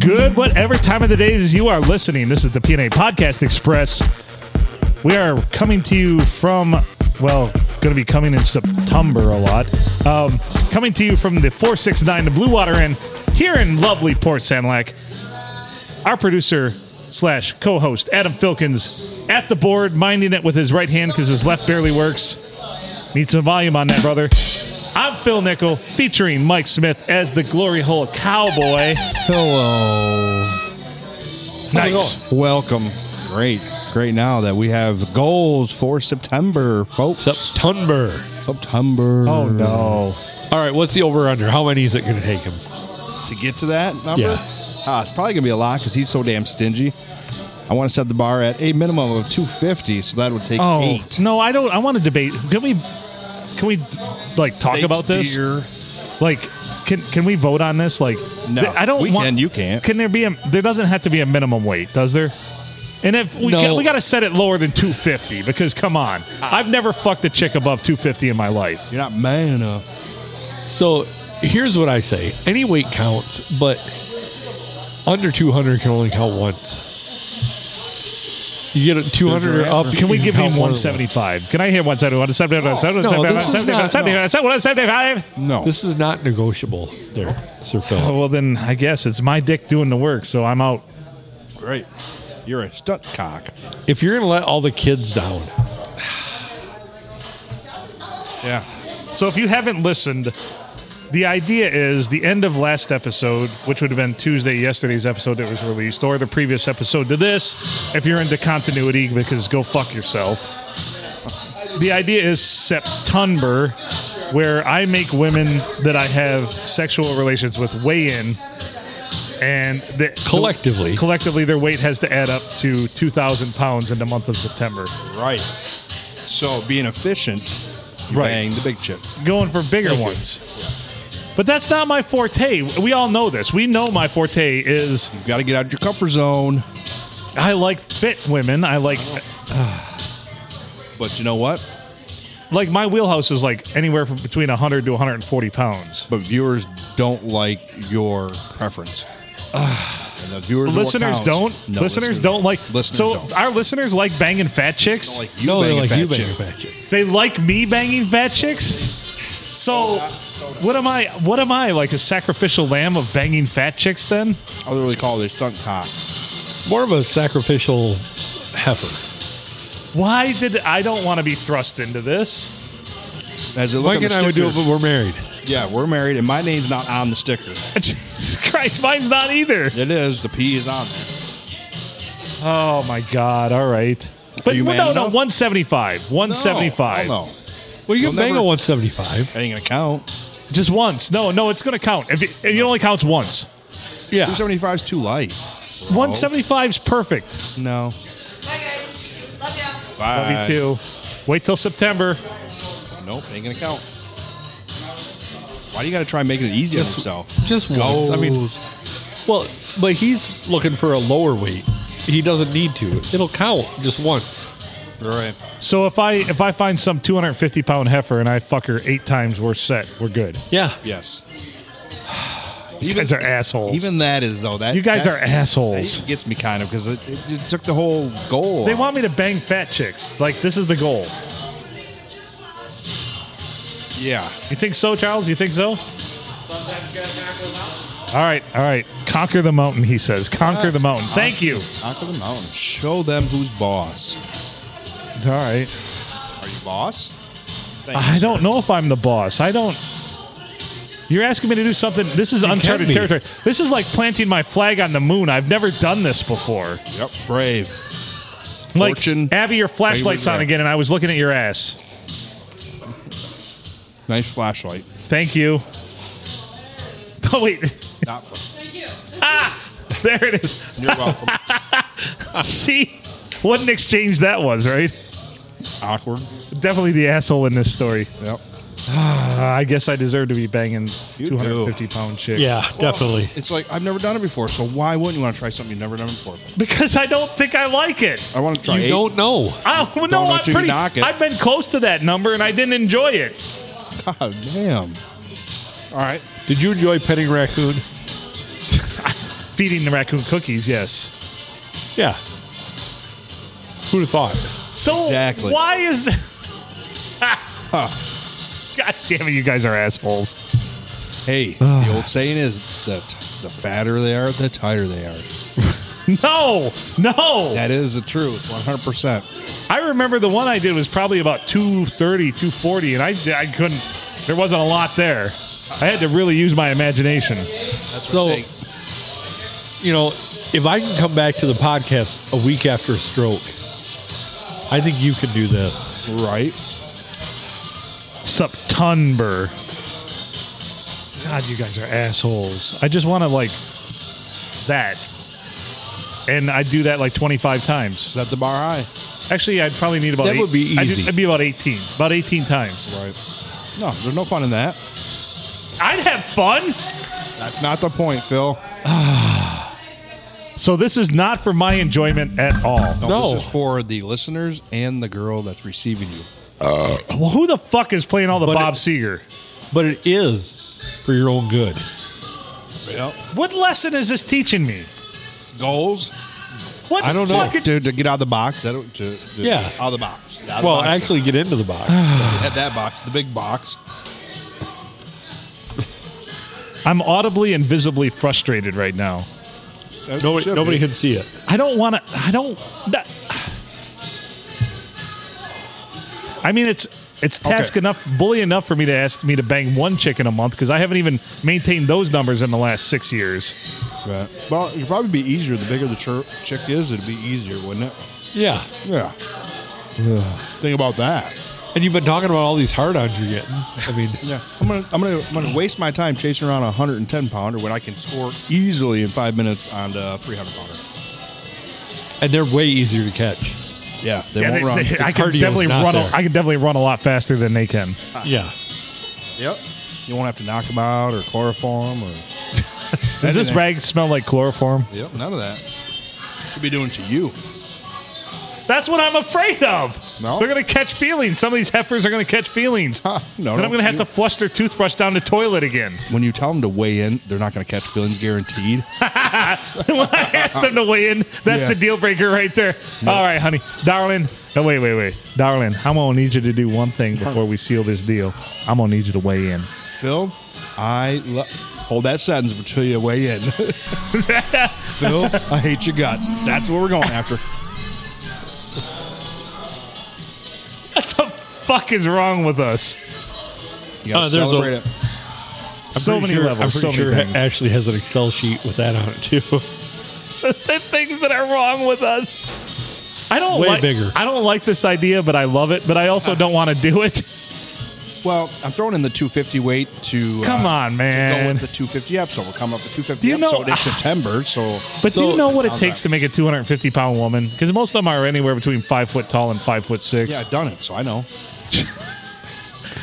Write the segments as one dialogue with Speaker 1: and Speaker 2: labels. Speaker 1: good, whatever time of the day it is you are listening. This is the PNA Podcast Express. We are coming to you from, well, going to be coming in September a lot. Um, coming to you from the 469, the Blue Water Inn, here in lovely Port Sanilac. Our producer slash co host, Adam Filkins, at the board, minding it with his right hand because his left barely works. Need some volume on that, brother. I'm Phil Nickel, featuring Mike Smith as the glory hole cowboy.
Speaker 2: Hello.
Speaker 1: Nice.
Speaker 2: Welcome. Great. Great now that we have goals for September, folks.
Speaker 3: September.
Speaker 2: September.
Speaker 1: Oh no.
Speaker 3: All right, what's the over under? How many is it going to take him?
Speaker 2: To get to that number?
Speaker 3: Yeah.
Speaker 2: Ah, it's probably going to be a lot because he's so damn stingy. I want to set the bar at a minimum of 250, so that would take
Speaker 1: Oh
Speaker 2: eight.
Speaker 1: no, I don't. I want to debate. Can we? Can we like talk
Speaker 2: Thanks,
Speaker 1: about this?
Speaker 2: dear.
Speaker 1: Like, can can we vote on this? Like,
Speaker 2: No,
Speaker 1: th- I don't
Speaker 2: we
Speaker 1: want.
Speaker 2: can, you can't.
Speaker 1: Can there be a? There doesn't have to be a minimum weight, does there? And if we
Speaker 3: No.
Speaker 1: can, we got to set it lower than 250 because come on,
Speaker 2: Ah.
Speaker 1: I've never fucked a chick above 250 in my life.
Speaker 2: You're not man enough.
Speaker 3: So here's what I say any weight counts, but under 200 can only count once. You get a 200 or up.
Speaker 1: Can we
Speaker 3: you
Speaker 1: give
Speaker 3: count
Speaker 1: him
Speaker 3: more than
Speaker 1: 175? Can I hear 171? 171?
Speaker 3: No, this is
Speaker 1: 171?
Speaker 3: not-
Speaker 1: 175?
Speaker 2: No.
Speaker 3: once. This is not negotiable there, Sir Phil.
Speaker 1: Oh, well, then I guess it's my dick doing the work, so I'm out.
Speaker 2: great. You're a stunt cock.
Speaker 3: If you're going to let all the kids down,
Speaker 2: Yeah.
Speaker 1: So if you haven't listened, the idea is the end of last episode, which would have been Tuesday, yesterday's episode that was released, or the previous episode to this, if you're into continuity, because go fuck yourself. The idea is September, where I make women that I have sexual relations with weigh in, and the,
Speaker 3: Collectively.
Speaker 1: collectively, their weight has to add up to 2,000 pounds in the month of September.
Speaker 2: Right. So being efficient, you
Speaker 1: Right.
Speaker 2: bang the big chip.
Speaker 1: going for bigger
Speaker 3: Thank you.
Speaker 1: ones. But that's not my forte. We all know this. We know my forte is
Speaker 2: You got to get out of your comfort zone.
Speaker 1: I like fit women. I like
Speaker 2: But you know what?
Speaker 1: like my wheelhouse is like anywhere from between 100 to 140 pounds.
Speaker 2: but viewers don't like your preference. And the viewers are what
Speaker 1: Listeners
Speaker 2: counts.
Speaker 1: don't.
Speaker 2: No,
Speaker 1: listeners don't like.
Speaker 2: Listeners
Speaker 1: so
Speaker 2: don't.
Speaker 1: our listeners like banging fat chicks.
Speaker 2: like you
Speaker 3: no,
Speaker 2: banging
Speaker 3: they're like
Speaker 2: fat
Speaker 3: you bang
Speaker 2: chick.
Speaker 3: fat chicks.
Speaker 1: they like me banging fat chicks. So what am I? What am I like a sacrificial lamb of banging fat chicks? Then
Speaker 2: Oh, they really call it a stunt cock.
Speaker 3: More of a sacrificial heifer.
Speaker 1: why did I don't want to be thrust into this?
Speaker 2: As it look
Speaker 3: Mike
Speaker 2: on
Speaker 3: and
Speaker 2: the
Speaker 3: I would do it,
Speaker 2: sticker-
Speaker 3: but we're married.
Speaker 2: Yeah, we're married, and my name's not on the sticker.
Speaker 1: Jesus Christ, mine's not either.
Speaker 2: It is the P is on there.
Speaker 1: Oh my God! All right, but
Speaker 2: Are you
Speaker 1: no,
Speaker 2: man
Speaker 1: no,
Speaker 2: enough?
Speaker 1: 175, 175,
Speaker 2: No, no,
Speaker 3: Well, you
Speaker 2: You'll
Speaker 3: can bang
Speaker 2: never-
Speaker 3: a 175.
Speaker 2: that ain't gonna count.
Speaker 1: just once. No, no, it's gonna count. If it, it only counts once,
Speaker 3: Yeah.
Speaker 2: Two seventy five is too light.
Speaker 1: Oh. 175 is perfect.
Speaker 2: No,
Speaker 4: Bye, guys. Love ya.
Speaker 2: five.
Speaker 1: Love you too. Wait till September.
Speaker 2: Nope, ain't gonna count. Why do you got to try making it easy
Speaker 3: Just-
Speaker 2: on yourself?
Speaker 3: Just
Speaker 2: Goals.
Speaker 3: once.
Speaker 2: I
Speaker 3: I
Speaker 2: mean,
Speaker 3: mean, well, but he's looking for a lower weight. He doesn't need to. It'll count just once.
Speaker 2: right.
Speaker 1: So if I if I find some 250 pound heifer and I fuck her eight times, we're set. We're good.
Speaker 3: Yeah.
Speaker 2: Yes.
Speaker 1: You guys are assholes.
Speaker 2: Even that is though that
Speaker 1: you guys
Speaker 2: that-
Speaker 1: are assholes.
Speaker 2: It gets me kind of because it, it, it took the whole goal.
Speaker 1: They want me to bang fat chicks. Like this is the goal.
Speaker 2: yeah.
Speaker 1: You think so, Charles? You think so? All right, all right. Conquer the mountain, he says. Conquer the mountain. Thank you.
Speaker 2: Conquer the mountain. Show them who's boss.
Speaker 1: All right.
Speaker 2: Are you boss? Thank
Speaker 1: I
Speaker 2: you,
Speaker 1: don't know if I'm the boss. I don't. You're asking me to do something. This is uncharted
Speaker 3: be.
Speaker 1: territory. This is like planting my flag on the moon. I've never done this before.
Speaker 2: sir. Yep. Brave.
Speaker 1: Like,
Speaker 2: Fortune,
Speaker 1: Abby, your flashlight's on
Speaker 2: there.
Speaker 1: again, and I was looking at your ass.
Speaker 2: Nice flashlight.
Speaker 1: Thank you. Oh, wait.
Speaker 2: Not fl-
Speaker 1: There it is.
Speaker 2: You're welcome.
Speaker 1: See? What an exchange that was, right?
Speaker 2: Awkward.
Speaker 1: Definitely the asshole in this story.
Speaker 2: Yep.
Speaker 1: Uh, I guess I deserve to be banging
Speaker 2: You do.
Speaker 1: 250 pound chicks.
Speaker 3: Yeah, definitely.
Speaker 2: It's like I've never done it before, so why wouldn't you want to try something you've never done before?
Speaker 1: Because I don't think I like it.
Speaker 2: I want to try.
Speaker 3: You
Speaker 2: eight.
Speaker 3: don't know.
Speaker 1: I, no,
Speaker 2: know
Speaker 1: I'm
Speaker 2: till you
Speaker 1: pretty.
Speaker 2: knock it.
Speaker 1: I've been close to that number and I didn't enjoy it.
Speaker 2: God damn. All right.
Speaker 3: Did you enjoy petting raccoon?
Speaker 1: Feeding the raccoon cookies, yes.
Speaker 3: Yeah. Who'd have thought?
Speaker 1: So
Speaker 2: Exactly.
Speaker 1: why is that? God damn it, you guys are assholes.
Speaker 2: Hey, the old saying is that the fatter they are, the tighter they are.
Speaker 1: No, no.
Speaker 2: That is the truth, 100%.
Speaker 1: I remember the one I did was probably about 230, 240, and I, I couldn't, there wasn't a lot there. I had to really use my imagination.
Speaker 3: So, you know, if I can come back to the podcast a week after a stroke, I think you can do this.
Speaker 2: Right?
Speaker 1: September. God, you guys are assholes. I just want to like that. And I do that like 25 times.
Speaker 2: Set the bar high.
Speaker 1: Actually, I'd probably need about
Speaker 3: That
Speaker 1: eight-
Speaker 3: would be
Speaker 1: I'd,
Speaker 3: easy.
Speaker 1: I'd be about 18. About 18 times.
Speaker 2: Right. No, there's no fun in that.
Speaker 1: I'd have fun.
Speaker 2: That's not the point, Phil.
Speaker 1: So this is not for my enjoyment at all.
Speaker 3: No.
Speaker 2: This is for the listeners and the girl that's receiving you.
Speaker 1: Well, who the fuck is playing all the
Speaker 3: But
Speaker 1: Bob
Speaker 3: it-
Speaker 1: Seger?
Speaker 3: But it is for your own good.
Speaker 2: Yep.
Speaker 1: What lesson is this teaching me?
Speaker 2: Goals.
Speaker 1: What
Speaker 3: I don't know.
Speaker 1: fucking-
Speaker 2: To, to get out of the box. That, to, to
Speaker 3: Yeah.
Speaker 2: Out of the box. Out of the
Speaker 3: Well,
Speaker 2: box.
Speaker 3: actually, get into the box.
Speaker 2: At that box, the big box.
Speaker 1: I'm audibly and visibly frustrated right now.
Speaker 3: nobody
Speaker 2: Should
Speaker 3: nobody
Speaker 2: be.
Speaker 3: can see it.
Speaker 1: I don't want to. I don't. that- I mean, it's it's task
Speaker 2: Okay.
Speaker 1: enough, bully enough for me to ask me to bang one chicken a month because I haven't even maintained those numbers in the last six years.
Speaker 2: Right. Well, it'd probably be easier. The bigger the chir- chick is, it'd be easier, wouldn't it?
Speaker 3: Yeah.
Speaker 2: Yeah. Think about that.
Speaker 3: And you've been talking about all these hard ons you're getting. I mean,
Speaker 2: Yeah. I'm gonna I'm gonna I'm gonna waste my time chasing around a 110 pounder when I can score easily in five minutes on a 300 pounder.
Speaker 3: and they're way easier to catch.
Speaker 2: Yeah. They
Speaker 1: Yeah,
Speaker 2: won't
Speaker 1: they-
Speaker 2: run.
Speaker 1: they- I
Speaker 3: The
Speaker 1: can
Speaker 3: cardio's
Speaker 1: definitely
Speaker 3: not
Speaker 1: run. A,
Speaker 3: there.
Speaker 1: I can definitely run a lot faster than they can.
Speaker 3: Yeah.
Speaker 2: yep. You won't have to knock them out or chloroform or.
Speaker 1: Does this rag smell like chloroform?
Speaker 2: Yep. None of that. Should be doing to you.
Speaker 1: That's what I'm afraid of.
Speaker 2: No.
Speaker 1: They're gonna catch feelings. Some of these heifers are gonna catch feelings.
Speaker 2: Huh.
Speaker 1: Then
Speaker 2: No, no,
Speaker 1: I'm gonna have
Speaker 2: you-
Speaker 1: to flush their toothbrush down the toilet again.
Speaker 2: When you tell them to weigh in, they're not going to catch feelings, guaranteed.
Speaker 1: when I asked them to weigh in, that's
Speaker 2: Yeah.
Speaker 1: the deal breaker right there. All right, honey, darling. Oh, wait, wait, wait, darling. I'm gonna need you to do one thing before we seal this deal. I'm gonna need you to weigh in.
Speaker 2: Phil, I lo- hold that sentence until you weigh in. Phil, I hate your guts. That's what we're going after.
Speaker 1: What the fuck is wrong with us?
Speaker 2: You gotta
Speaker 3: Uh, there's a-
Speaker 2: celebrate it.
Speaker 1: so
Speaker 3: Pretty
Speaker 1: many
Speaker 3: sure-
Speaker 1: levels.
Speaker 3: I'm
Speaker 1: so
Speaker 3: pretty
Speaker 1: many
Speaker 3: sure
Speaker 1: things.
Speaker 3: Ashley has an Excel sheet with that on it too.
Speaker 1: the things that are wrong with us. I don't
Speaker 3: Way
Speaker 1: like,
Speaker 3: bigger.
Speaker 1: I don't like this idea, but I love it. But I also don't want to do it.
Speaker 2: Well, I'm throwing in the 250 weight to uh,
Speaker 1: Come on,
Speaker 2: To go
Speaker 1: man.
Speaker 2: with the 250 episode, we're coming up with 250
Speaker 1: Do you know-
Speaker 2: episode in September. So
Speaker 1: But do
Speaker 3: So-
Speaker 1: you know what it
Speaker 2: Sounds
Speaker 1: takes to
Speaker 2: right.
Speaker 1: make a 250 pound woman? Because most of them are anywhere between five foot tall and five foot six.
Speaker 2: yeah, I've done it. So I know.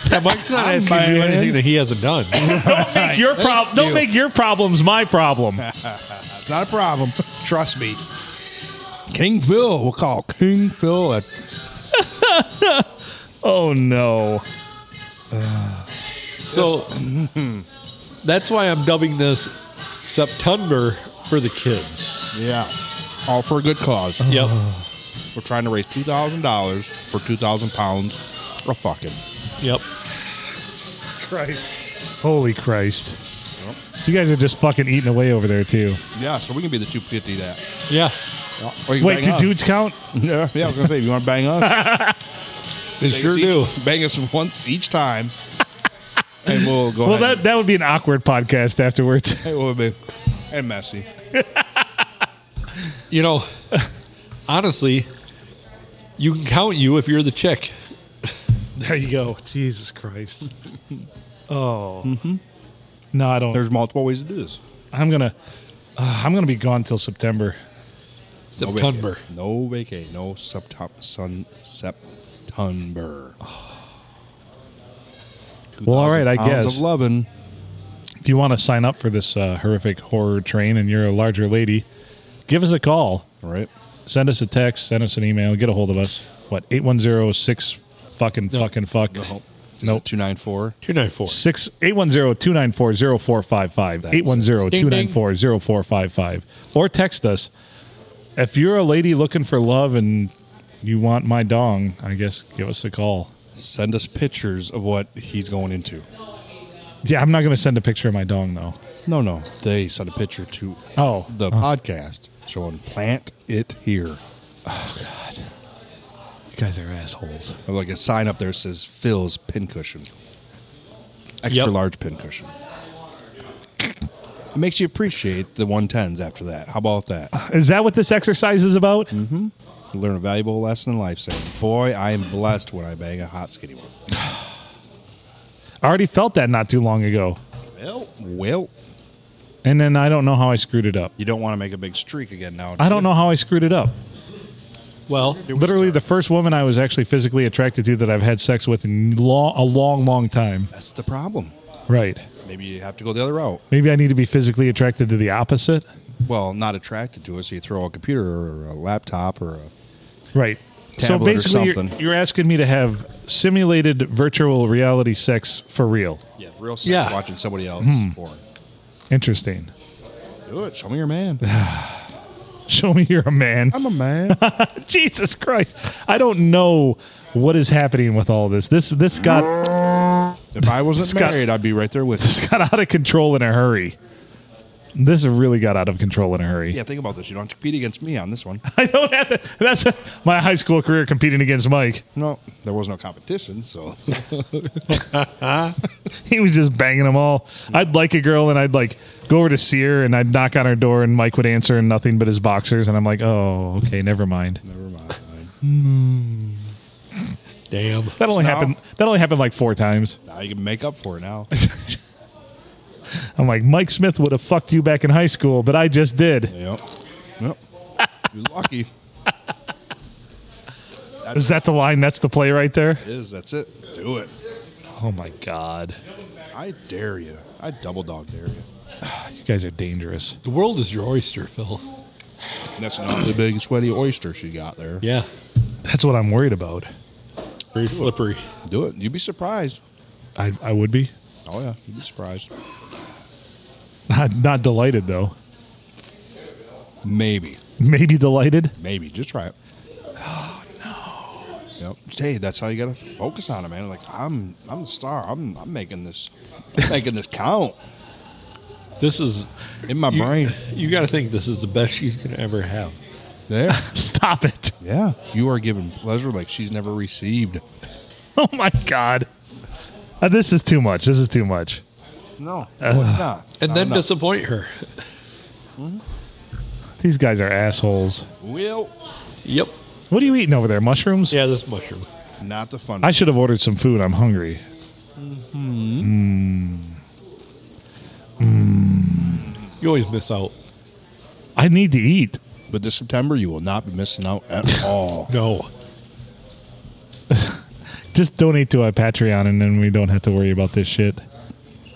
Speaker 3: Yeah, Mike's not asking you to do
Speaker 2: man.
Speaker 3: anything that he hasn't done.
Speaker 1: Don't make your problem. Don't
Speaker 2: you.
Speaker 1: make your problems my problem.
Speaker 2: It's not a problem. Trust me. King Phil, we'll call King Phil. At,
Speaker 1: Oh no.
Speaker 3: So that's why I'm dubbing this September for the kids.
Speaker 2: yeah, all for a good cause.
Speaker 3: Yep.
Speaker 2: We're trying to raise two thousand dollars for two thousand pounds. We're fucking.
Speaker 3: Yep.
Speaker 1: Christ. Holy Christ. You guys are just fucking eating away over there too.
Speaker 2: Yeah, so we can be the 250 that.
Speaker 3: Yeah.
Speaker 2: Or you can
Speaker 1: Wait,
Speaker 2: bang
Speaker 1: do
Speaker 2: us.
Speaker 1: dudes count?
Speaker 2: Yeah, yeah. I was gonna say, if you want to bang us?
Speaker 3: They
Speaker 2: bang
Speaker 3: sure
Speaker 2: us
Speaker 3: do.
Speaker 2: each- Bang us once each time, and we'll go.
Speaker 1: Well,
Speaker 2: ahead
Speaker 1: that that would be an awkward podcast afterwards.
Speaker 2: and, it will be and messy.
Speaker 3: You know, honestly, you can count you if you're the chick.
Speaker 1: There you go. Jesus Christ. Oh. No, I don't.
Speaker 2: There's multiple ways to do this.
Speaker 1: I'm gonna. uh, I'm gonna be gone till September.
Speaker 2: No
Speaker 3: September.
Speaker 2: vacay. No vacay. No septum, sun September.
Speaker 1: Well, all right, I
Speaker 2: 2,000 pounds
Speaker 1: guess.
Speaker 2: Of loving.
Speaker 1: If you want to sign up for this uh, horrific horror train, and you're a larger lady, give us a call.
Speaker 2: All right.
Speaker 1: send us a text, send us an email, get a hold of us. What, 810 6 fucking fucking fuck?
Speaker 2: No.
Speaker 1: Nope.
Speaker 2: Two nine four.
Speaker 3: 294.
Speaker 1: Six eight one zero two nine four zero four five five eight one zero two nine four zero four five five or text us if you're a lady looking for love and you want my dong I guess give us a call
Speaker 2: Send us pictures of what he's going into.
Speaker 1: yeah I'm not gonna send a picture of my dong though
Speaker 2: No, no. They sent a picture to
Speaker 1: oh
Speaker 2: the podcast showing plant it here.
Speaker 1: you guys are assholes
Speaker 2: Like a sign up there says Phil's pincushion. Extra
Speaker 3: Yep.
Speaker 2: large pincushion. It makes you appreciate the 110s after that. How about that?
Speaker 1: is that what this exercise is about
Speaker 2: You learn a valuable lesson in life saying, Boy, I am blessed when I bang a hot skinny one.
Speaker 1: I already felt that not too long ago
Speaker 2: Well, well,
Speaker 1: and then I don't know how I screwed it up
Speaker 2: you don't want to make a big streak again now. do
Speaker 1: I don't
Speaker 2: you?
Speaker 1: know how I screwed it up
Speaker 3: Well,
Speaker 1: literally the first woman I was actually physically attracted to that I've had sex with in long, a long long time
Speaker 2: That's the problem.
Speaker 1: right
Speaker 2: Maybe you have to go the other route.
Speaker 1: Maybe I need to be physically attracted to the opposite.
Speaker 2: Well, not attracted to it, so you throw a computer or a laptop or a
Speaker 1: Right. so
Speaker 2: Tablet or
Speaker 1: basically, you're,
Speaker 2: something.
Speaker 1: you're asking me to have simulated virtual reality sex for real.
Speaker 2: yeah, real sex
Speaker 3: Yeah.
Speaker 2: watching somebody else porn.
Speaker 1: Interesting.
Speaker 2: Do it. Show me your man.
Speaker 1: Show me you're a man.
Speaker 2: I'm a man.
Speaker 1: Jesus Christ. I don't know what is happening with all this. This this got
Speaker 2: If I wasn't
Speaker 1: Scott-
Speaker 2: married, I'd be right there with you.
Speaker 1: this got out of control in a hurry. This really got out of control in a hurry.
Speaker 2: Yeah, think about this. You don't have to compete against me on this one.
Speaker 1: I don't have to. That's my high school career competing against Mike.
Speaker 2: No, there was no competition, so
Speaker 1: He was just banging them all. I'd like a girl and I'd like go over to see her and I'd knock on her door and Mike would answer in nothing but his boxers. And I'm like, oh, okay, never mind.
Speaker 2: never mind.
Speaker 3: damn.
Speaker 1: That only
Speaker 2: Snow.
Speaker 1: happened. That only happened like four times.
Speaker 2: Now you can make up for it now.
Speaker 1: I'm like, Mike Smith would have fucked you back in high school, but I just did.
Speaker 2: yep. Yep. You're lucky.
Speaker 1: Is that the line? That's the play right there.
Speaker 2: It is. That's it. Do it.
Speaker 1: Oh my god,
Speaker 2: I dare you. I double dog dare you.
Speaker 1: you guys are dangerous.
Speaker 3: The world is your oyster, Phil.
Speaker 2: And That's another big sweaty oyster she got there.
Speaker 3: Yeah.
Speaker 1: That's what I'm worried about.
Speaker 3: Very slippery.
Speaker 2: Do it. You'd be surprised.
Speaker 1: I, I would be
Speaker 2: Oh yeah, you'd be surprised.
Speaker 1: not, not delighted though.
Speaker 2: Maybe.
Speaker 1: Maybe delighted.
Speaker 2: Maybe. Just try it. Oh no. Yep. Hey, that's how you gotta focus on it, man. Like I'm I'm the star. I'm I'm making this I'm making this count
Speaker 3: This is
Speaker 2: in my
Speaker 3: you,
Speaker 2: brain.
Speaker 3: You got to think this is the best she's going to ever have.
Speaker 2: There.
Speaker 1: Stop it.
Speaker 2: Yeah. You are giving pleasure like she's never received.
Speaker 1: Oh my god, Uh, this is too much. This is too much.
Speaker 2: No. no it's not. It's
Speaker 3: And
Speaker 2: not
Speaker 3: then
Speaker 2: enough.
Speaker 3: disappoint her.
Speaker 1: These guys are assholes.
Speaker 2: Well
Speaker 3: Yep.
Speaker 1: What are you eating over there? Mushrooms?
Speaker 3: Yeah, this mushroom.
Speaker 2: not the fun.
Speaker 1: I should have ordered some food. I'm hungry.
Speaker 3: You always miss out.
Speaker 1: I need to eat.
Speaker 2: but this September you will not be missing out at all.
Speaker 3: No.
Speaker 1: Just donate to our Patreon and then we don't have to worry about this shit.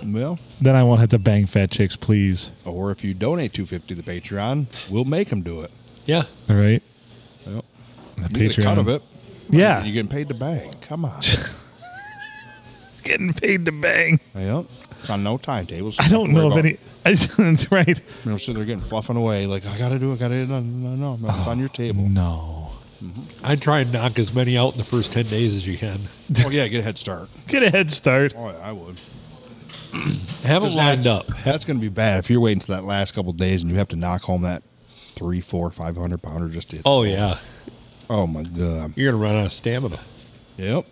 Speaker 2: well,
Speaker 1: Then I won't have to bang fat chicks, please.
Speaker 2: or if you donate 250 to the Patreon, we'll make them do it.
Speaker 3: Yeah.
Speaker 1: All right?
Speaker 2: Yep.
Speaker 1: The
Speaker 2: You get a cut of it.
Speaker 1: Yeah.
Speaker 2: You're getting paid to bang. Come on.
Speaker 1: getting paid to bang.
Speaker 2: yep. It's on no timetable. so
Speaker 1: I
Speaker 2: don't
Speaker 1: don't
Speaker 2: have to
Speaker 1: know if
Speaker 2: worry
Speaker 1: any. That's right.
Speaker 2: about- You know, so they're getting fluffing away. Like I gotta do it. Gotta do it. No, no, no. no, It's on
Speaker 3: Oh.
Speaker 2: your table.
Speaker 1: No.
Speaker 3: I try and knock as many out in the first 10 days as you can.
Speaker 2: oh yeah, get a head start.
Speaker 1: Get a head start.
Speaker 2: Oh yeah, I would.
Speaker 3: Have it lined up.
Speaker 2: That's- That's gonna be bad if you're waiting to that last couple days and you have to knock home that three, four, five hundred pounder just to. Hit.
Speaker 3: Oh, yeah.
Speaker 2: Oh my god.
Speaker 3: You're going to run out of stamina.
Speaker 2: Yep.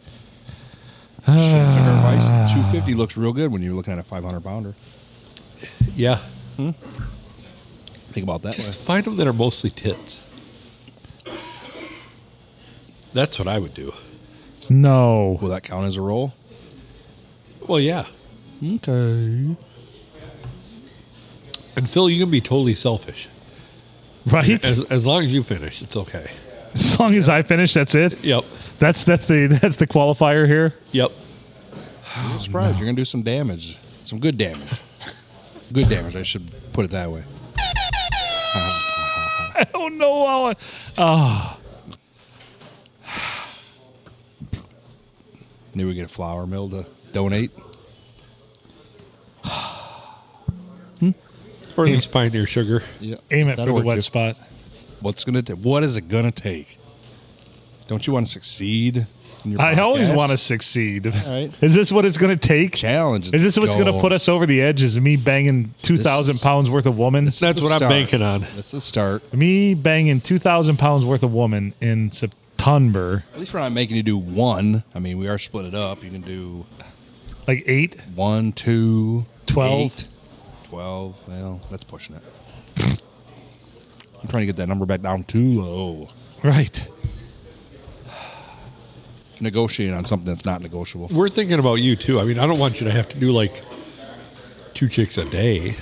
Speaker 3: Ah.
Speaker 2: Two fifty looks real good when you're looking at a five hundred pounder.
Speaker 3: Yeah.
Speaker 2: Think about that.
Speaker 3: Just
Speaker 2: way.
Speaker 3: find them that are mostly tits. That's what I would do.
Speaker 1: No.
Speaker 2: Will that count as a roll?
Speaker 3: Well, yeah.
Speaker 2: Okay.
Speaker 3: And Phil, you can be totally selfish.
Speaker 1: Right?
Speaker 3: As, as long as you finish, it's okay.
Speaker 1: As long as I finish, that's it.
Speaker 3: Yep.
Speaker 1: That's that's the that's the qualifier here.
Speaker 3: Yep.
Speaker 2: I'm surprised you're gonna do some damage, some good damage, good damage. I should put it that way.
Speaker 1: I don't know how. I,
Speaker 2: Knew we get a flour mill to donate.
Speaker 3: Or at least Pioneer Sugar.
Speaker 2: Yeah.
Speaker 1: Aim it for
Speaker 2: That'll
Speaker 1: the
Speaker 2: work,
Speaker 1: wet
Speaker 2: dude.
Speaker 1: spot.
Speaker 2: What's gonna ta- What is it gonna take? Don't you want to succeed? In your
Speaker 1: I always
Speaker 2: podcast?
Speaker 1: want to succeed.
Speaker 2: right.
Speaker 1: Is this what it's going to take?
Speaker 2: challenge.
Speaker 1: Is this what's going to put us over the edge? Is me banging two thousand
Speaker 2: is-
Speaker 1: pounds worth of woman?
Speaker 2: this is
Speaker 3: That's
Speaker 2: the
Speaker 3: what I'm
Speaker 2: start.
Speaker 3: banking on.
Speaker 2: That's the start.
Speaker 1: Me banging two thousand pounds worth of woman in September,
Speaker 2: At least we're not making you do one. I mean, we are split it up. You can do
Speaker 1: like eight.
Speaker 2: one, two,
Speaker 1: Twelve.
Speaker 2: eight, twelve. Well, that's pushing it. I'm trying to get that number back down too low.
Speaker 1: Right.
Speaker 2: Negotiating on something that's not negotiable.
Speaker 3: We're thinking about you too. I mean, I don't want you to have to do like two chicks a day.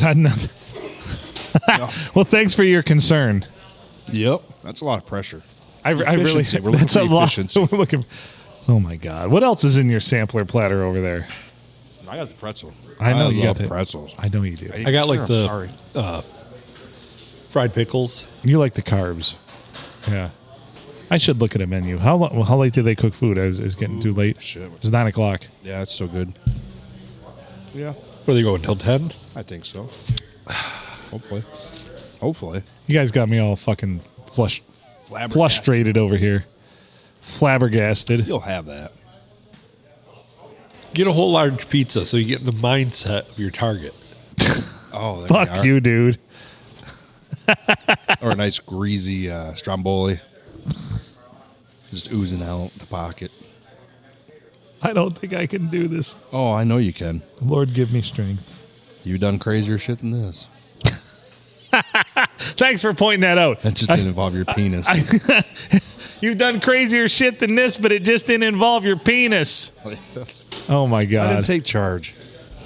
Speaker 1: Not nothing.
Speaker 2: Oh.
Speaker 1: well, thanks for your concern.
Speaker 2: Yep, that's a lot of pressure.
Speaker 1: I, I really
Speaker 2: Efficiency. We're looking
Speaker 1: that's a
Speaker 2: for
Speaker 1: lot.
Speaker 2: efficiency.
Speaker 1: We're looking. Oh my god! What else is in your sampler platter over there?
Speaker 2: I got the pretzel.
Speaker 1: I know you
Speaker 2: love
Speaker 1: got the-
Speaker 2: pretzels.
Speaker 1: I know you do.
Speaker 3: I got like
Speaker 2: I'm
Speaker 3: the
Speaker 2: sorry.
Speaker 3: Uh, fried pickles.
Speaker 1: You like the carbs. Yeah. I should look at a menu. How lo- well, how late do they cook food? Is it's getting too late?
Speaker 2: shit.
Speaker 1: It's nine o'clock.
Speaker 2: Yeah, it's so good. Yeah,
Speaker 3: Where they go until ten?
Speaker 2: I think so. Hopefully, hopefully.
Speaker 1: You guys got me all fucking flush, frustrated over here, flabbergasted.
Speaker 2: You'll have that.
Speaker 3: Get a whole large pizza so you get in the mindset of your target.
Speaker 2: Oh, there
Speaker 1: Fuck you, dude.
Speaker 2: or a nice greasy uh, stromboli, just oozing out the pocket.
Speaker 1: I don't think I can do this.
Speaker 2: Oh, I know you can.
Speaker 1: Lord, give me strength.
Speaker 2: You've done crazier shit than this.
Speaker 1: Thanks for pointing that out.
Speaker 2: That just didn't involve your penis.
Speaker 1: You've done crazier shit than this, but it just didn't involve your penis.
Speaker 2: Yes.
Speaker 1: Oh my
Speaker 2: I
Speaker 1: god!
Speaker 2: didn't take charge.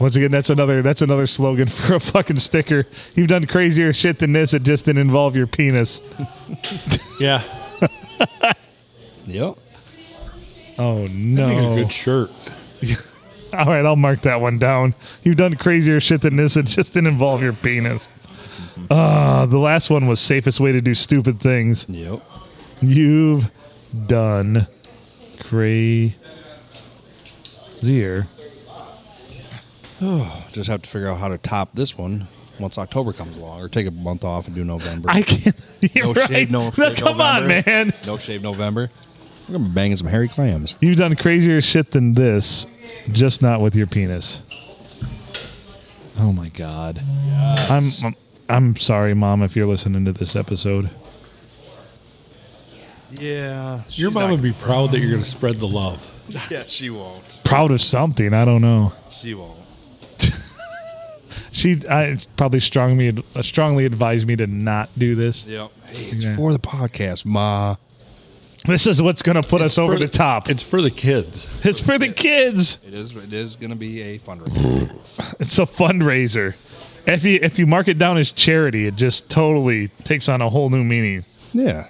Speaker 1: Once again, that's another that's another slogan for a fucking sticker. You've done crazier shit than this. It just didn't involve your penis.
Speaker 3: Yeah,
Speaker 2: Yep.
Speaker 1: Oh
Speaker 3: make
Speaker 1: no!
Speaker 3: a good shirt.
Speaker 1: All right, I'll mark that one down. You've done crazier shit than this. It just didn't involve your penis. Uh, the last one was safest way to do stupid things.
Speaker 2: Yep.
Speaker 1: You've done crazier.
Speaker 2: Just have to figure out how to top this one once October comes along, or take a month off and do November.
Speaker 1: I can't. You're
Speaker 2: no
Speaker 1: right.
Speaker 2: shave, no, shave
Speaker 1: come on,
Speaker 2: November.
Speaker 1: man.
Speaker 2: No shave November. We're gonna be banging some hairy clams.
Speaker 1: You've done crazier shit than this, just not with your penis. Oh my god. I'm I'm sorry, mom, if you're listening to this episode.
Speaker 2: Yeah.
Speaker 3: Your mom would be proud that you're going to spread the love.
Speaker 2: Yeah, she won't.
Speaker 1: Proud of something, I don't know.
Speaker 2: She won't.
Speaker 1: She I probably strongly strongly advised me to not do this.
Speaker 2: Yep. Hey, it's for the podcast, ma.
Speaker 1: This is what's going to put us over
Speaker 3: For
Speaker 1: the top. It's,
Speaker 3: It's for the kids.
Speaker 1: for the kids.
Speaker 2: It is. It is gonna be a fundraiser.
Speaker 1: It's a fundraiser. If you if you mark it down as charity, it just totally takes on a whole new meaning.
Speaker 2: yeah.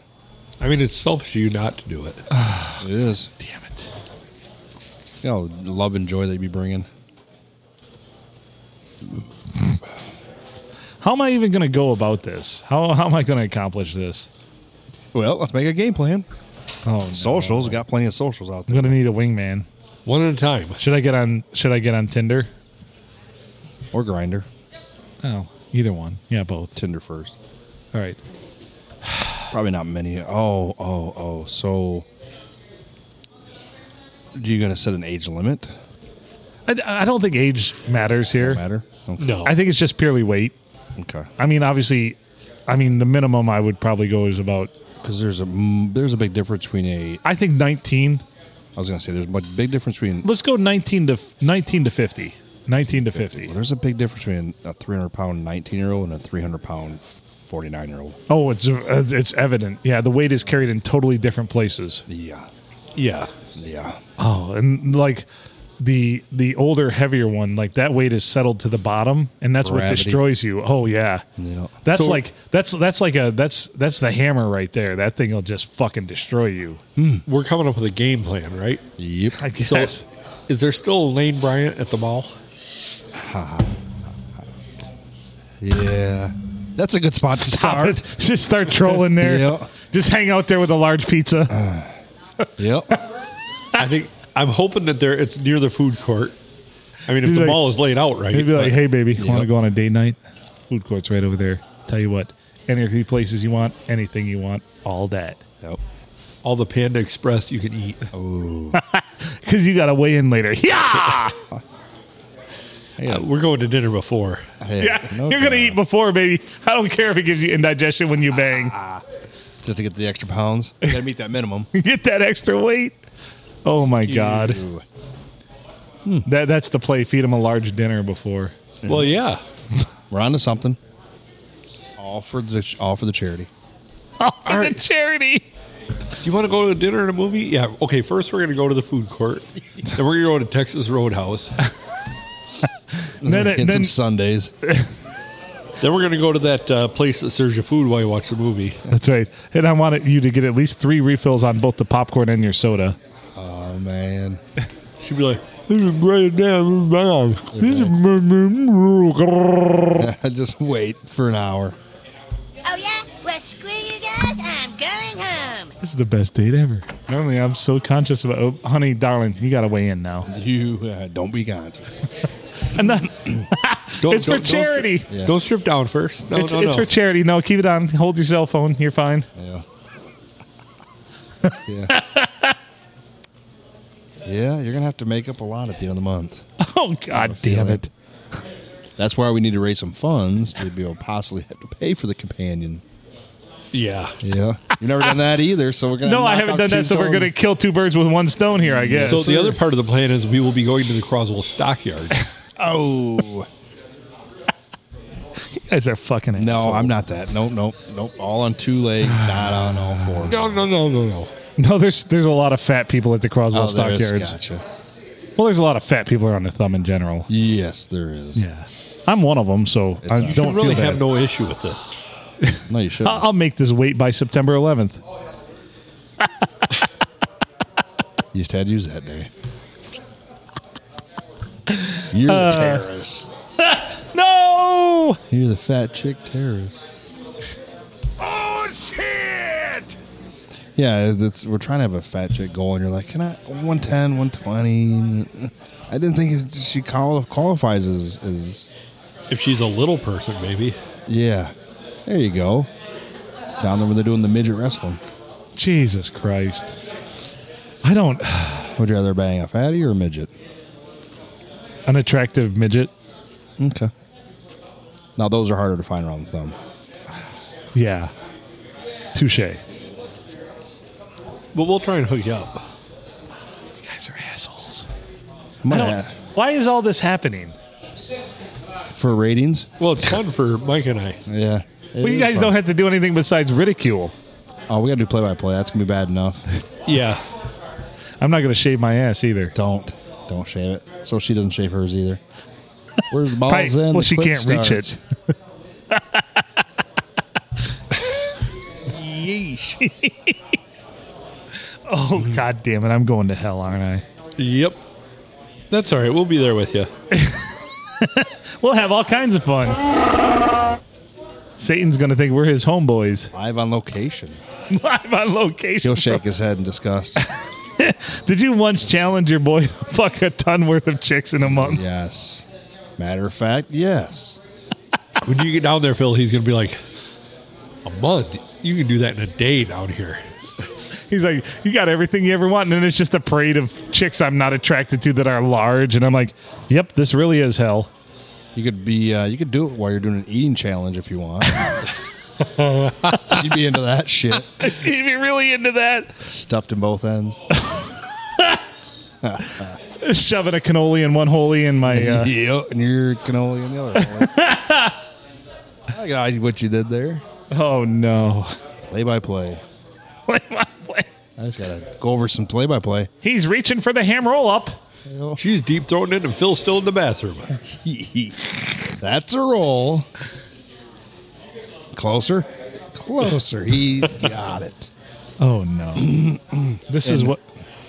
Speaker 3: I mean, it's selfish of you not to do it.
Speaker 2: It is.
Speaker 1: Damn it.
Speaker 2: You know, the love and joy they be bringing.
Speaker 1: How am I even going to go about this? How how am I going to accomplish this?
Speaker 2: Well, let's make a game plan.
Speaker 1: Oh, no.
Speaker 2: Socials got plenty of socials out
Speaker 1: I'm
Speaker 2: there.
Speaker 1: gonna need a wingman.
Speaker 3: One at a time.
Speaker 1: Should I get on? Should I get on Tinder?
Speaker 2: Or grinder,
Speaker 1: Oh, either one. Yeah, both.
Speaker 2: Tinder first.
Speaker 1: All right.
Speaker 2: Probably not many. Oh, oh, oh. So, you gonna set an age limit?
Speaker 1: I, I don't think age matters here.
Speaker 2: Matter? Okay.
Speaker 3: No,
Speaker 1: I think it's just purely weight.
Speaker 2: Okay.
Speaker 1: I mean, obviously, I mean the minimum I would probably go is about.
Speaker 2: Because there's a mm, there's a big difference between a.
Speaker 1: I think 19.
Speaker 2: I was gonna say there's a big difference between.
Speaker 1: Let's go 19 to 19 to 50. 19 to 50.
Speaker 2: Well, there's a big difference between a 300 pound 19 year old and a 300 pound 49 year old.
Speaker 1: Oh, it's uh, it's evident. Yeah, the weight is carried in totally different places.
Speaker 2: Yeah.
Speaker 3: yeah.
Speaker 2: Yeah.
Speaker 1: Oh, and like the the older, heavier one, like that weight is settled to the bottom, and that's what
Speaker 2: Gravity.
Speaker 1: destroys you. Oh yeah,
Speaker 2: Yeah.
Speaker 1: that's
Speaker 3: So-
Speaker 1: like that's that's like a that's that's the hammer right there. That thing will just fucking destroy you.
Speaker 3: We're coming up with a game plan, right?
Speaker 2: Yep.
Speaker 1: I guess.
Speaker 3: So, is there still a Lane Bryant at the mall?
Speaker 2: Yeah. That's a good spot to
Speaker 1: Stop
Speaker 2: start.
Speaker 1: it. Just start trolling there.
Speaker 2: Yeah.
Speaker 1: Just hang out there with a large pizza.
Speaker 2: Yep.
Speaker 3: I think I'm hoping that there it's near the food court. I mean, if
Speaker 1: He's
Speaker 3: the
Speaker 1: like-
Speaker 3: mall is laid out right,
Speaker 1: He'd be like,
Speaker 3: but-
Speaker 1: hey, baby, you
Speaker 3: Yeah.
Speaker 1: want to go on a date night? Food court's right over there. Tell you what, any of the places you want, anything you want, all that.
Speaker 2: Yep.
Speaker 3: all the Panda Express you can eat.
Speaker 1: Oh. Because you got to weigh in later. Yeah!
Speaker 3: Uh, we're going to dinner before.
Speaker 2: Hey,
Speaker 1: yeah.
Speaker 2: no
Speaker 1: You're going to
Speaker 2: doubt.
Speaker 1: eat before, baby. I don't care if it gives you indigestion when you bang.
Speaker 2: just to get the extra pounds. You gotta meet that minimum.
Speaker 1: Get that extra weight. Oh, my God.
Speaker 2: Ooh.
Speaker 1: That That's the play. Feed him a large dinner before.
Speaker 3: Well, yeah,
Speaker 2: We're on to something. All for the all for the charity.
Speaker 1: Oh, for
Speaker 3: All right.
Speaker 1: the charity.
Speaker 3: You want to go to dinner and a movie? Yeah. Okay. First, we're going to go to the food court. then we're going to go to Texas Roadhouse.
Speaker 1: And then,
Speaker 2: Get
Speaker 1: it, then
Speaker 2: some Sundays.
Speaker 3: then we're going to go to that uh, place that serves you food while you watch the movie.
Speaker 1: That's right. And I wanted you to get at least three refills on both the popcorn and your soda.
Speaker 2: Oh man.
Speaker 3: She'd be like, "Hmm, "This is great, damn, this is bad."
Speaker 2: just wait for an hour.
Speaker 4: Oh yeah? Well, screw you guys. I'm going home.
Speaker 1: This is the best date ever. Normally, I'm so conscious about. Oh, honey, darling, you got to weigh in now.
Speaker 2: You uh, don't be conscious.
Speaker 1: And then,
Speaker 3: Don't-
Speaker 1: it's for
Speaker 3: don't- don't strip-
Speaker 1: charity.
Speaker 2: Yeah.
Speaker 3: Don't strip down first. No,
Speaker 1: it's
Speaker 3: no,
Speaker 1: it's
Speaker 3: no.
Speaker 1: for charity. No, keep it on. Hold your cell phone. You're fine.
Speaker 2: Yeah. yeah. Yeah, you're gonna have to make up a lot at the end of the month.
Speaker 1: Oh God, damn
Speaker 2: feeling.
Speaker 1: it!
Speaker 2: That's why we need to raise some funds to be able to possibly have to pay for the companion.
Speaker 3: yeah.
Speaker 2: Yeah, you've never done that either, so we're gonna.
Speaker 1: No, I
Speaker 2: knock
Speaker 1: haven't
Speaker 2: out
Speaker 1: done
Speaker 2: two
Speaker 1: that. So we're
Speaker 2: stones.
Speaker 1: gonna kill two birds with one stone here, I guess.
Speaker 3: So the
Speaker 2: sir.
Speaker 3: other part of the plan is we will be going to the Croswell Stockyard.
Speaker 2: Oh
Speaker 1: you guys are fucking
Speaker 2: no,
Speaker 1: assholes.
Speaker 2: I'm not that. Nope, nope, nope. All on two legs, not on all four.
Speaker 3: no, no, no, no, no.
Speaker 1: No, there's there's a lot of fat people at the Croswell
Speaker 2: Oh, there is-
Speaker 1: Stockyards.
Speaker 2: Gotcha.
Speaker 1: Well, there's a lot of fat people around the thumb in general.
Speaker 2: Yes, there is.
Speaker 1: Yeah, I'm one of them, so I
Speaker 2: all right.
Speaker 1: don't
Speaker 3: You really
Speaker 1: feel bad.
Speaker 3: have no issue with this.
Speaker 2: No, you should.
Speaker 1: I- I'll make this weight by September 11th.
Speaker 2: You just had to use that day. You're
Speaker 1: Uh,
Speaker 2: the terrorist.
Speaker 1: No!
Speaker 2: You're the fat chick terrorist.
Speaker 1: Oh shit!
Speaker 2: Yeah, it's, we're trying to have a fat chick goal, and you're like, can I 110, 120? I didn't think it- she qual- qualifies as, as.
Speaker 3: If she's a little person, maybe.
Speaker 2: Yeah, there you go. Down there where they're doing the midget wrestling.
Speaker 1: Jesus Christ! I don't.
Speaker 2: Would you rather bang a fatty or a midget?
Speaker 1: An attractive midget.
Speaker 2: Okay. Now those are harder to find around the thumb.
Speaker 1: Yeah. Touche. You
Speaker 3: But we'll try and hook you up.
Speaker 1: guys are assholes.
Speaker 2: I'm
Speaker 1: I
Speaker 2: gonna
Speaker 1: don't, why is all this happening?
Speaker 2: ask uh, for ratings.
Speaker 3: Well, it's fun for Mike and I.
Speaker 2: Yeah.
Speaker 1: Well, you guys don't have to do anything besides ridicule.
Speaker 2: Oh, we gotta do play by play. That's gonna be bad enough.
Speaker 3: Yeah.
Speaker 1: I'm not going to shave my ass either.
Speaker 2: Don't. Don't shave it. So she doesn't shave hers either. Where's the balls
Speaker 1: Probably-
Speaker 2: in? The
Speaker 1: well, she
Speaker 2: clit
Speaker 1: can't reach it.
Speaker 2: starts.
Speaker 3: Yeesh.
Speaker 1: Oh, God damn it. I'm going to hell, aren't I?
Speaker 3: Yep. That's all right. We'll be there with you.
Speaker 1: We'll have all kinds of fun. Satan's going to think we're his homeboys.
Speaker 2: Live on location.
Speaker 1: Live on location.
Speaker 2: He'll shake his head in disgust.
Speaker 1: Did you once challenge your boy to fuck a ton worth of chicks in a month?
Speaker 2: yes. Matter of fact, yes.
Speaker 3: When you get down there, Phil, he's going to be like, a month? You can do that in a day down here.
Speaker 1: He's like, You got everything you ever want. And then it's just a parade of chicks I'm not attracted to that are large. And I'm like, Yep, this really is hell.
Speaker 2: You could be. Uh, you could do it while you're doing an eating challenge if you want. She'd be into that shit.
Speaker 1: If you're really into that,
Speaker 2: Stuffed in both ends.
Speaker 1: shoving a cannoli in one holy in my. Uh,
Speaker 2: Yep. And you're cannoli in the other. one. I got what you did there.
Speaker 1: oh, no.
Speaker 2: Play by play. I just gotta go over some play by play.
Speaker 1: He's reaching for the ham roll up.
Speaker 3: She's deep throating it, and Phil's still in the bathroom.
Speaker 2: That's a roll. Closer. Closer. He got it.
Speaker 1: Oh, no. this is what.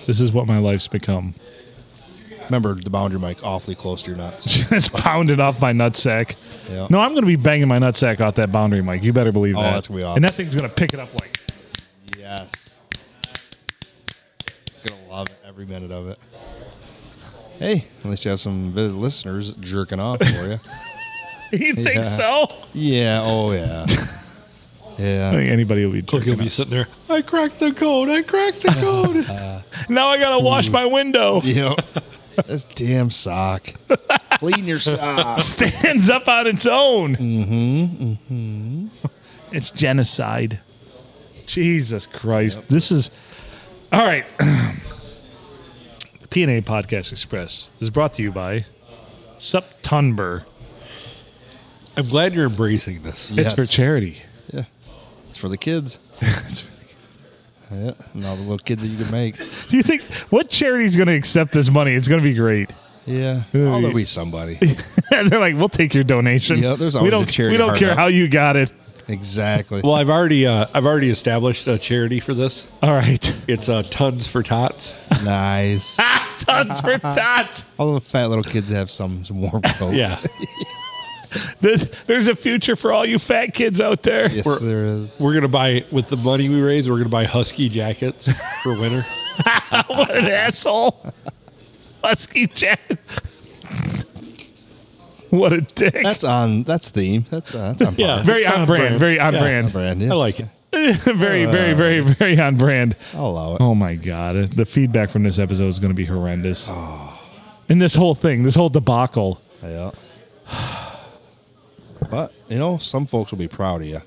Speaker 1: This is what my life's become.
Speaker 2: Remember the boundary mic awfully close to your nuts.
Speaker 1: Just pounded off my nutsack.
Speaker 2: Yeah.
Speaker 1: No, I'm going to be banging my nutsack off that boundary, Mike. You better believe
Speaker 2: Oh,
Speaker 1: that.
Speaker 2: that's gonna be awesome.
Speaker 1: And that thing's going to pick it up like
Speaker 2: yes. Gonna love it every minute of it. Hey, at least you have some vi- listeners jerking off for you.
Speaker 1: You think
Speaker 2: Yeah.
Speaker 1: so?
Speaker 2: yeah. Oh
Speaker 1: I
Speaker 2: yeah. Yeah.
Speaker 1: think anybody will be.
Speaker 3: Look, he'll
Speaker 1: Jerking
Speaker 3: be sitting there. I cracked the code. I cracked the code.
Speaker 1: off. Now I gotta wash my window.
Speaker 2: Yep. This damn sock. Clean your sock.
Speaker 1: Stands up on its own. Mm-hmm. Mm-hmm. It's genocide. Jesus Christ! This is all right. the PNA Podcast Express is brought to you by September.
Speaker 3: I'm glad you're embracing this.
Speaker 1: It's for
Speaker 2: Yes.
Speaker 1: charity.
Speaker 2: Yeah. It's for the kids. yeah. And all the little kids that you can make.
Speaker 1: Do you think what charity's going to accept this money? It's going to be great.
Speaker 2: Yeah. I'll be somebody.
Speaker 1: and they're like, "We'll take your donation."
Speaker 2: Yeah, there's
Speaker 1: we
Speaker 2: always a
Speaker 1: don't,
Speaker 2: charity
Speaker 1: We don't
Speaker 2: hard
Speaker 1: care
Speaker 2: up.
Speaker 1: how you got it.
Speaker 2: exactly.
Speaker 3: Well, I've already uh, I've already established a charity for this.
Speaker 1: All right,
Speaker 3: It's uh, tons for tots.
Speaker 2: Nice.
Speaker 1: tons for tots.
Speaker 2: All the fat little kids have some some warm coat.
Speaker 3: Yeah,
Speaker 1: There's, there's a future for all you fat kids out there.
Speaker 2: Yes,
Speaker 3: We're-
Speaker 2: there is.
Speaker 3: we're gonna buy with the money we raise. We're gonna buy husky jackets for winter.
Speaker 1: what an asshole, husky Jack. what a dick.
Speaker 2: That's on. That's theme. That's uh, that's on.
Speaker 3: Yeah,
Speaker 2: par.
Speaker 1: very
Speaker 3: it's
Speaker 1: on brand, very on
Speaker 3: Yeah,
Speaker 1: brand.
Speaker 2: brand. Yeah. Oh,
Speaker 3: I like it.
Speaker 1: very, very, very, very on brand.
Speaker 2: I'll allow it.
Speaker 1: Oh my god, the feedback from this episode is going to be horrendous.
Speaker 2: Oh.
Speaker 1: And this whole thing, this whole debacle.
Speaker 2: Yeah. But you know, some folks will be proud of you.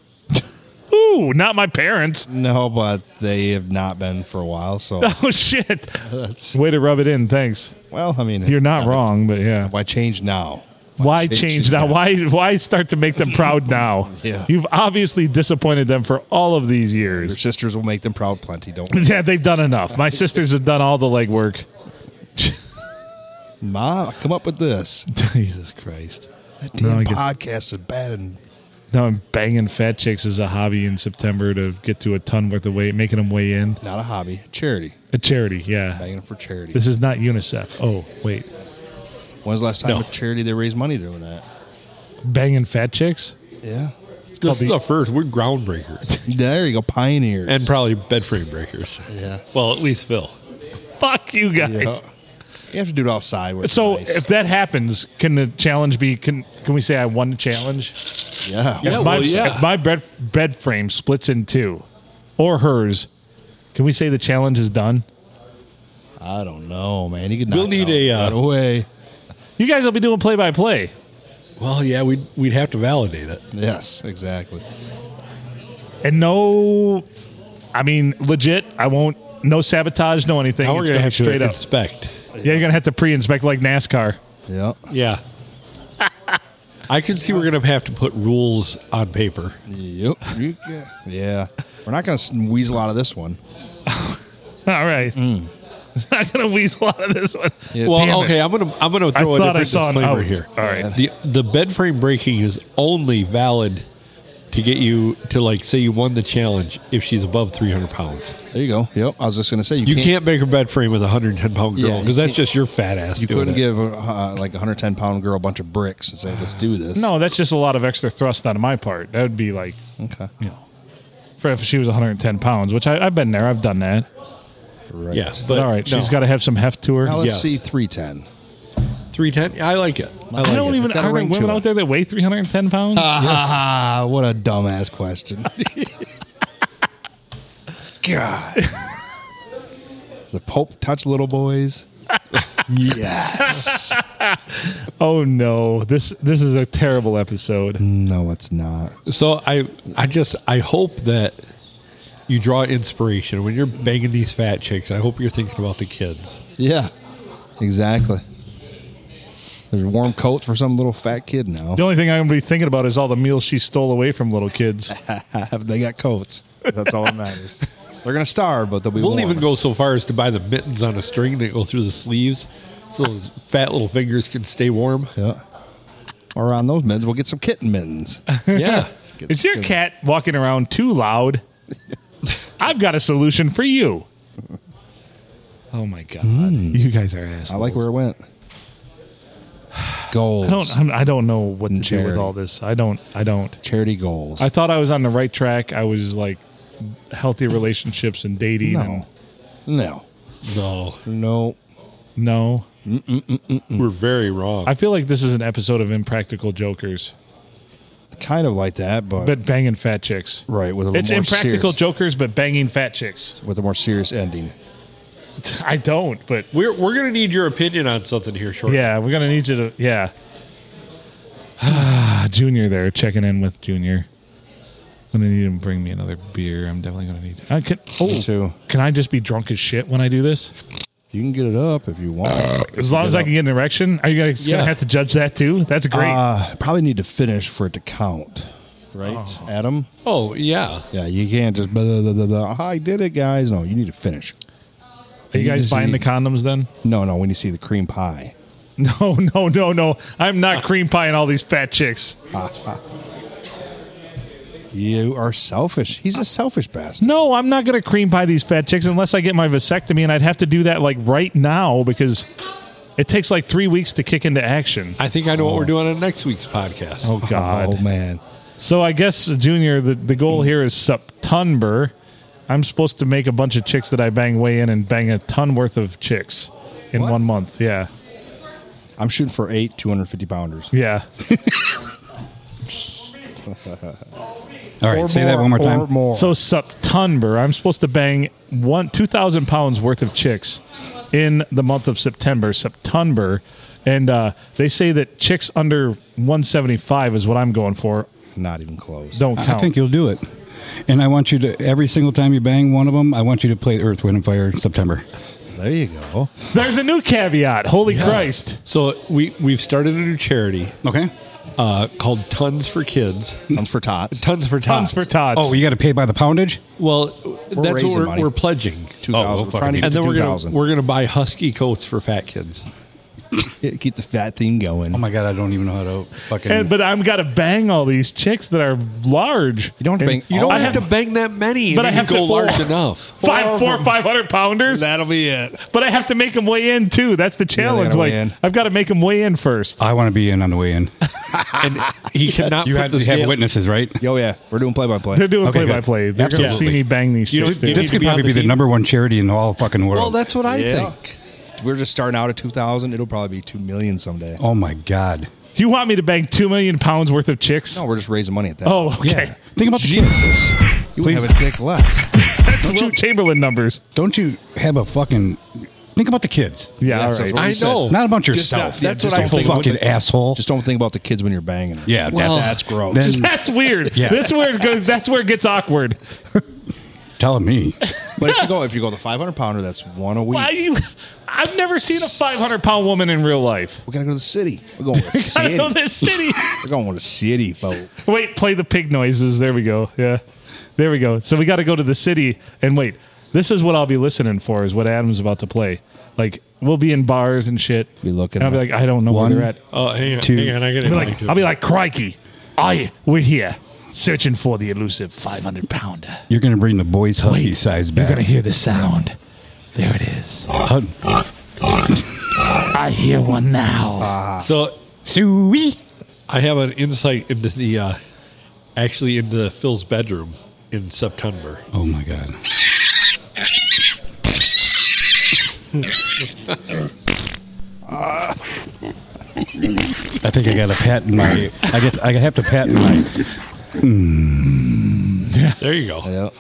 Speaker 1: Ooh, not my parents.
Speaker 2: No, but they have not been for a while. So
Speaker 1: Oh shit.
Speaker 2: that's
Speaker 1: Way to rub it in. Thanks.
Speaker 2: well. I mean,
Speaker 1: You're
Speaker 2: it's
Speaker 1: not wrong, but yeah.
Speaker 2: Why change now?
Speaker 1: Why
Speaker 2: change
Speaker 1: change
Speaker 2: it
Speaker 1: now?
Speaker 2: now?
Speaker 1: Why why start to make them proud now?
Speaker 2: Yeah.
Speaker 1: You've obviously disappointed them for all of these
Speaker 2: Your
Speaker 1: years.
Speaker 2: sisters will make them proud plenty. Don't
Speaker 1: Yeah, they've done enough. My sisters have done all the legwork.
Speaker 2: ma come up with this.
Speaker 1: Jesus Christ.
Speaker 2: That
Speaker 1: No,
Speaker 2: damn
Speaker 1: I guess-
Speaker 2: podcast is bad. And
Speaker 1: Now I'm banging fat chicks as a hobby in September to get to a ton worth of weight, making them weigh in.
Speaker 2: not a hobby. Charity.
Speaker 1: A charity, yeah.
Speaker 2: Begging for charity.
Speaker 1: This is not UNICEF. Oh, wait.
Speaker 2: When's the last time
Speaker 3: No.
Speaker 2: a charity they raised money doing that?
Speaker 1: Banging fat chicks?
Speaker 2: Yeah.
Speaker 3: This is
Speaker 1: the-
Speaker 3: the first. We're groundbreakers
Speaker 2: There you go. Pioneers.
Speaker 3: and probably bed frame breakers.
Speaker 2: Yeah.
Speaker 3: Well, at least Phil.
Speaker 1: Fuck you guys.
Speaker 2: Yeah. You have to do it outside. Where it's
Speaker 1: So
Speaker 2: nice.
Speaker 1: if that happens, can the challenge be? Can can we say I won the challenge?
Speaker 2: yeah,
Speaker 3: Yeah.
Speaker 1: my,
Speaker 3: Oh, well,
Speaker 1: If my bed bed frame splits in two, or hers, can we say the challenge is done?
Speaker 2: I don't know, man. You could
Speaker 3: We'll
Speaker 2: knock
Speaker 3: need
Speaker 2: it out
Speaker 3: a, uh,
Speaker 2: right away.
Speaker 1: You guys will be doing play by play.
Speaker 3: Well, yeah, we'd we'd have to validate it.
Speaker 2: Yes, exactly.
Speaker 1: And no, I mean legit. I won't. No sabotage. No anything.
Speaker 3: Now we're
Speaker 1: it's
Speaker 3: gonna
Speaker 1: going
Speaker 3: have to
Speaker 1: straight up.
Speaker 3: inspect.
Speaker 1: Yeah, you're gonna have to pre-inspect like NASCAR.
Speaker 2: Yeah,
Speaker 3: Yeah. I can see we're gonna have to put rules on paper.
Speaker 2: yep. You ca- yeah, we're not going to weasel out of this one.
Speaker 1: All right.
Speaker 3: Mm.
Speaker 1: Not gonna weasel out of this one.
Speaker 2: Yeah, damn
Speaker 3: Well,
Speaker 2: it.
Speaker 3: okay, I'm gonna I'm gonna
Speaker 1: I
Speaker 3: throw a
Speaker 1: thought
Speaker 3: different
Speaker 1: I saw an
Speaker 3: disclaimer
Speaker 1: out.
Speaker 3: here.
Speaker 1: All right.
Speaker 3: The the bed frame breaking is only valid to get you to like say you won the challenge if she's above 300 pounds.
Speaker 2: There you go. Yep. I was just going to say you,
Speaker 3: You
Speaker 2: can't,
Speaker 3: can't, make a bed frame with a 110 pound girl
Speaker 2: Yeah, you
Speaker 3: because that's
Speaker 2: can't-
Speaker 3: just your fat ass.
Speaker 2: You
Speaker 3: doing
Speaker 2: couldn't
Speaker 3: it.
Speaker 2: give a, uh, like a 110 pound girl a bunch of bricks and say, "Let's do this."
Speaker 1: No, that's just a lot of extra thrust on my part. That would be like,
Speaker 2: Okay.
Speaker 1: you know, for if she was 110 pounds, which I, I've been there, I've done that.
Speaker 2: Right.
Speaker 3: Yeah,
Speaker 1: But
Speaker 3: but
Speaker 1: all right,
Speaker 3: no.
Speaker 1: she's got to have some heft to her.
Speaker 2: Now let's
Speaker 3: Yes.
Speaker 2: see 310.
Speaker 3: 310. I like it. I, like
Speaker 1: I don't
Speaker 3: it.
Speaker 1: even.
Speaker 2: It's got a
Speaker 1: Are there
Speaker 2: ring to
Speaker 1: women
Speaker 2: it.
Speaker 1: out there that weigh 310 pounds?
Speaker 2: Ah, what a dumbass question. God. the Pope touch little boys. yes.
Speaker 1: oh no, this this is a terrible episode.
Speaker 2: No, it's not.
Speaker 3: So I I just I hope that you draw inspiration when you're banging these fat chicks. I hope you're thinking about the kids.
Speaker 2: Yeah. Exactly. There's warm coats for some little fat kid now.
Speaker 1: The only thing I'm gonna be thinking about is all the meals she stole away from little kids.
Speaker 2: they got coats. That's all that matters. They're gonna starve, but they'll be.
Speaker 3: We'll
Speaker 2: warm.
Speaker 3: even go so far as to buy the mittens on a string that go through the sleeves, so those fat little fingers can stay warm.
Speaker 2: Yeah. Or on those mittens, we'll get some kitten mittens.
Speaker 3: Yeah,
Speaker 2: Get-
Speaker 1: Is your
Speaker 2: get-
Speaker 1: cat walking around too loud? I've got a solution for you. Oh my god, you guys are assholes.
Speaker 2: Mm. I like where it went. Goals.
Speaker 1: I don't. I'm, I don't know what to do with
Speaker 2: Charity.
Speaker 1: all this. I don't. I don't.
Speaker 2: Charity goals.
Speaker 1: I thought I was on the right track. I was like healthy relationships and dating.
Speaker 2: No.
Speaker 1: And
Speaker 2: No.
Speaker 3: No,
Speaker 2: No.
Speaker 1: No.
Speaker 3: we're very wrong.
Speaker 1: Mm. I feel like this is an episode of Impractical Jokers,
Speaker 2: Kind of like that, but,
Speaker 1: but banging fat chicks.
Speaker 2: right with a little
Speaker 1: It's
Speaker 2: more
Speaker 1: Impractical
Speaker 2: serious,
Speaker 1: Jokers, but banging fat chicks.
Speaker 2: with a more serious ending.
Speaker 1: I don't, but
Speaker 3: we're we're gonna need your opinion on something here shortly.
Speaker 1: yeah, we're gonna need you to yeah. Junior, there checking in with Junior. I'm gonna need him to bring me another beer. I'm definitely gonna need. I can,
Speaker 2: Me
Speaker 1: oh,
Speaker 2: too.
Speaker 1: can I just be drunk as shit when I do this?
Speaker 2: You can get it up if you want.
Speaker 1: Uh, As long as I can get an erection. Are you guys
Speaker 3: Yeah.
Speaker 1: gonna have to judge that too? That's great.
Speaker 2: Uh, probably need to finish for it to count, right, Adam?
Speaker 3: Oh yeah.
Speaker 2: Yeah, you can't just blah, blah, blah, blah, blah. I did it, guys. No, you need to finish.
Speaker 1: Are you
Speaker 2: you
Speaker 1: guys
Speaker 2: just
Speaker 1: buying the
Speaker 2: need-
Speaker 1: condoms then?
Speaker 2: No, no, when you see the cream pie.
Speaker 1: No, no, no, no. I'm not
Speaker 2: Uh,
Speaker 1: cream pieing all these fat chicks.
Speaker 2: You are selfish. He's a selfish bastard.
Speaker 1: No, I'm not going to cream pie these fat chicks unless I get my vasectomy, and I'd have to do that like right now because it takes like three weeks to kick into action.
Speaker 3: I think I know what we're doing on next week's podcast.
Speaker 1: Oh God!
Speaker 2: Oh, man.
Speaker 1: So I guess Junior, the, the goal here is September. I'm supposed to make a bunch of chicks that I bang way in and bang a ton worth of chicks in one month. Yeah,
Speaker 2: I'm shooting for eight 250 pounders.
Speaker 1: yeah.
Speaker 5: All right, say that one more
Speaker 2: Or
Speaker 5: time.
Speaker 2: more.
Speaker 1: So September, I'm supposed to bang one two thousand pounds worth of chicks in the month of September. September, and uh, they say that chicks under 175 is what I'm going for.
Speaker 2: Not even close.
Speaker 1: Don't count.
Speaker 5: I think you'll do it. And I want you to every single time you bang one of them, I want you to play Earth, Wind, and Fire in September.
Speaker 2: There you go.
Speaker 1: There's a new caveat. Holy Christ!
Speaker 3: So we we've started a new charity
Speaker 5: Okay.
Speaker 3: uh, called Tons for Kids.
Speaker 2: Tons for tots.
Speaker 3: Tons for
Speaker 1: Tons
Speaker 3: Tots.
Speaker 1: for tots.
Speaker 5: Oh, you got to pay by the poundage.
Speaker 3: Well, that's
Speaker 2: raising
Speaker 3: what we're,
Speaker 2: money.
Speaker 3: we're pledging.
Speaker 2: 2,000. We're trying to get
Speaker 3: And
Speaker 2: to
Speaker 3: then we're gonna
Speaker 2: 2,000.
Speaker 3: we're gonna buy husky coats for fat kids.
Speaker 2: Yeah, Keep the fat theme going.
Speaker 5: Oh my god, I don't even know how to fucking.
Speaker 1: And, but I'm gotta bang all these chicks that are large.
Speaker 2: You don't
Speaker 1: And
Speaker 2: bang
Speaker 3: You
Speaker 2: all
Speaker 3: don't
Speaker 2: of
Speaker 1: I
Speaker 3: have,
Speaker 1: have-
Speaker 3: to bang that many,
Speaker 1: But
Speaker 3: but
Speaker 1: I
Speaker 3: I
Speaker 1: have to
Speaker 3: go large
Speaker 1: four.
Speaker 3: enough.
Speaker 1: Five, four, five hundred pounders.
Speaker 2: That'll be it.
Speaker 1: But I have to make them weigh in too. That's the challenge.
Speaker 2: gotta
Speaker 1: like
Speaker 2: weigh in.
Speaker 1: I've got to make them weigh in first.
Speaker 5: I want to be in on the way in.
Speaker 3: And he cannot
Speaker 5: You
Speaker 3: put
Speaker 5: had
Speaker 3: the
Speaker 5: you had
Speaker 3: scale-
Speaker 5: witnesses, right?
Speaker 2: Yo, Oh, yeah. We're doing play by
Speaker 1: They're
Speaker 2: play.
Speaker 1: doing
Speaker 5: Okay,
Speaker 1: play
Speaker 5: good.
Speaker 1: by play. They're gonna see
Speaker 5: Absolutely.
Speaker 1: me bang these
Speaker 3: You
Speaker 1: chicks.
Speaker 3: don't- you
Speaker 1: dude.
Speaker 5: This
Speaker 3: to
Speaker 5: could
Speaker 3: be on
Speaker 5: probably
Speaker 3: the
Speaker 5: be the
Speaker 3: team.
Speaker 5: number one charity in the whole fucking world.
Speaker 3: Well, that's what I
Speaker 2: Yeah.
Speaker 3: think.
Speaker 2: We're just starting out at 2,000. It'll probably be 2 million someday.
Speaker 5: oh my god.
Speaker 1: Do you want me to bang two million pounds worth of chicks?
Speaker 2: No, we're just raising money at that.
Speaker 1: Oh, okay.
Speaker 5: Think about the
Speaker 2: Jesus. You wouldn't
Speaker 5: Please.
Speaker 2: have a dick left.
Speaker 1: That's Will Chamberlain numbers.
Speaker 5: Don't you have a fucking? Think about the kids.
Speaker 1: Yeah,
Speaker 2: Yes,
Speaker 1: all
Speaker 2: that's
Speaker 1: right.
Speaker 2: what
Speaker 3: I
Speaker 2: he said.
Speaker 3: know.
Speaker 5: Not about
Speaker 2: Just
Speaker 5: yourself.
Speaker 2: not- yeah,
Speaker 3: That's
Speaker 2: just
Speaker 3: what I
Speaker 2: don't
Speaker 3: think
Speaker 2: think about
Speaker 5: fucking
Speaker 2: the-
Speaker 5: asshole.
Speaker 2: Just don't think about the kids when you're banging. them.
Speaker 5: Yeah,
Speaker 2: Well,
Speaker 5: that's-
Speaker 2: that's gross.
Speaker 5: Then-
Speaker 1: That's weird.
Speaker 5: Yeah.
Speaker 1: That's where it goes. That's where it gets awkward.
Speaker 5: tell me.
Speaker 2: but if you go, if you go the 500 pounder, that's one a week.
Speaker 1: Why you? I've never seen a 500 pound woman in real life.
Speaker 2: We're gonna go to the city. We're going to the
Speaker 1: I
Speaker 2: city.
Speaker 1: know this city.
Speaker 2: We're going to the city, folk.
Speaker 1: wait, play the pig noises. There we go. Yeah, there we go. So we got to go to the city and wait. This is what I'll be listening for. Is what Adam's about to play. Like we'll be in bars and shit.
Speaker 2: Be looking
Speaker 1: And I'll be
Speaker 2: up.
Speaker 1: like, I don't know
Speaker 5: One,
Speaker 1: where they're at.
Speaker 3: Oh, hang on,
Speaker 5: Two.
Speaker 3: hang on. I gotta
Speaker 1: I'll be
Speaker 3: hang
Speaker 1: like,
Speaker 3: on.
Speaker 1: I'll be like, crikey, I we're here searching for the elusive 500 pounder.
Speaker 5: You're gonna bring the boys' husky size
Speaker 1: You're
Speaker 5: back.
Speaker 1: gonna hear the sound. There it is.
Speaker 5: Hug-
Speaker 1: I hear one now.
Speaker 3: so
Speaker 5: Suey.
Speaker 3: I have an insight into the uh, actually into Phil's bedroom in September.
Speaker 5: Oh my god. I think I got to patent my. I get. I have to patent my.
Speaker 3: There you go.
Speaker 2: Yep.